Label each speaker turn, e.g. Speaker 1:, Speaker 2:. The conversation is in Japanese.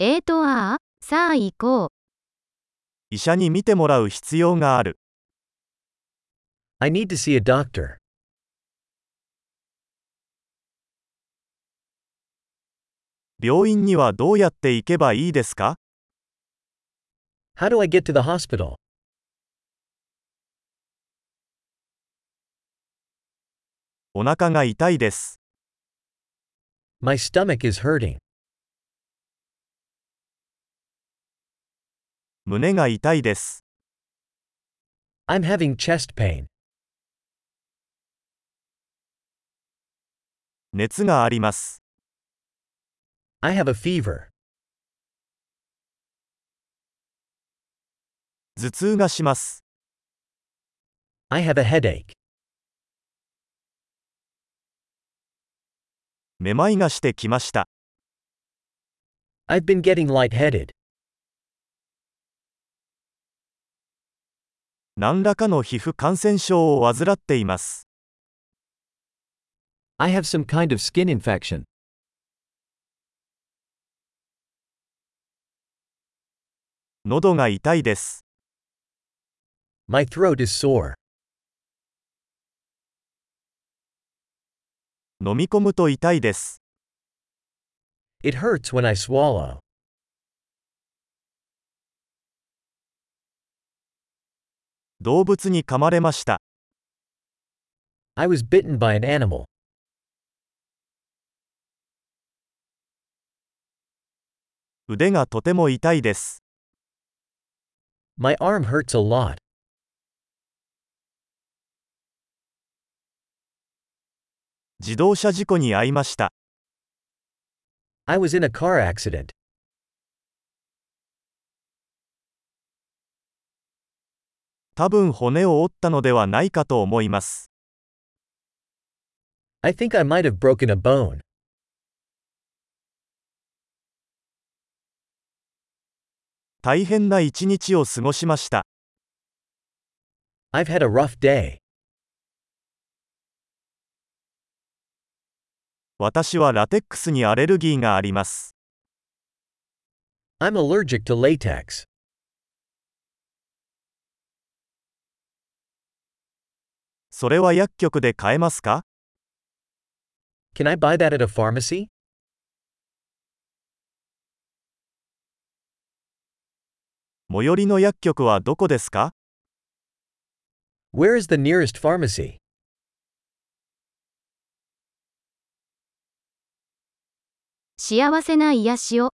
Speaker 1: えーとああ、さあ行こう。
Speaker 2: 医者に診てもらう必要がある。
Speaker 3: I need to see a doctor.
Speaker 2: 病院にはどうやって行けばいいですか
Speaker 3: How do I get to the hospital?
Speaker 2: お腹が痛いです。
Speaker 3: My stomach is hurting.
Speaker 2: 胸が痛いです。
Speaker 3: I'm having chest pain.
Speaker 2: 熱があります。
Speaker 3: I have a fever.
Speaker 2: 頭痛がします。
Speaker 3: I have a headache.
Speaker 2: めまいがしてきました。
Speaker 3: I've been getting lightheaded.
Speaker 2: 何らかの皮膚感染症を患っています。
Speaker 3: I have some kind of skin infection.
Speaker 2: 喉が痛いです。
Speaker 3: My throat is sore.
Speaker 2: 飲み込むと痛いです。
Speaker 3: It hurts when I swallow.
Speaker 2: 動物に噛まれました。
Speaker 3: I was bitten by an animal.
Speaker 2: 腕がとても痛いです。
Speaker 3: My arm hurts a lot.
Speaker 2: 自動車事故に遭いました。
Speaker 3: I was in a car accident.
Speaker 2: 多分骨を折ったのではないかと思います。
Speaker 3: I think I might have broken a bone.
Speaker 2: 大変な一日を過ごしました。
Speaker 3: I've had a rough day.
Speaker 2: 私はラテックスにアレルギーがあります。
Speaker 3: I'm allergic to latex.
Speaker 2: それは薬局で買えますか
Speaker 3: Can I buy that at a pharmacy?
Speaker 2: 最寄りの薬局はどこですか
Speaker 3: Where is the nearest pharmacy?
Speaker 1: 幸せな癒しを。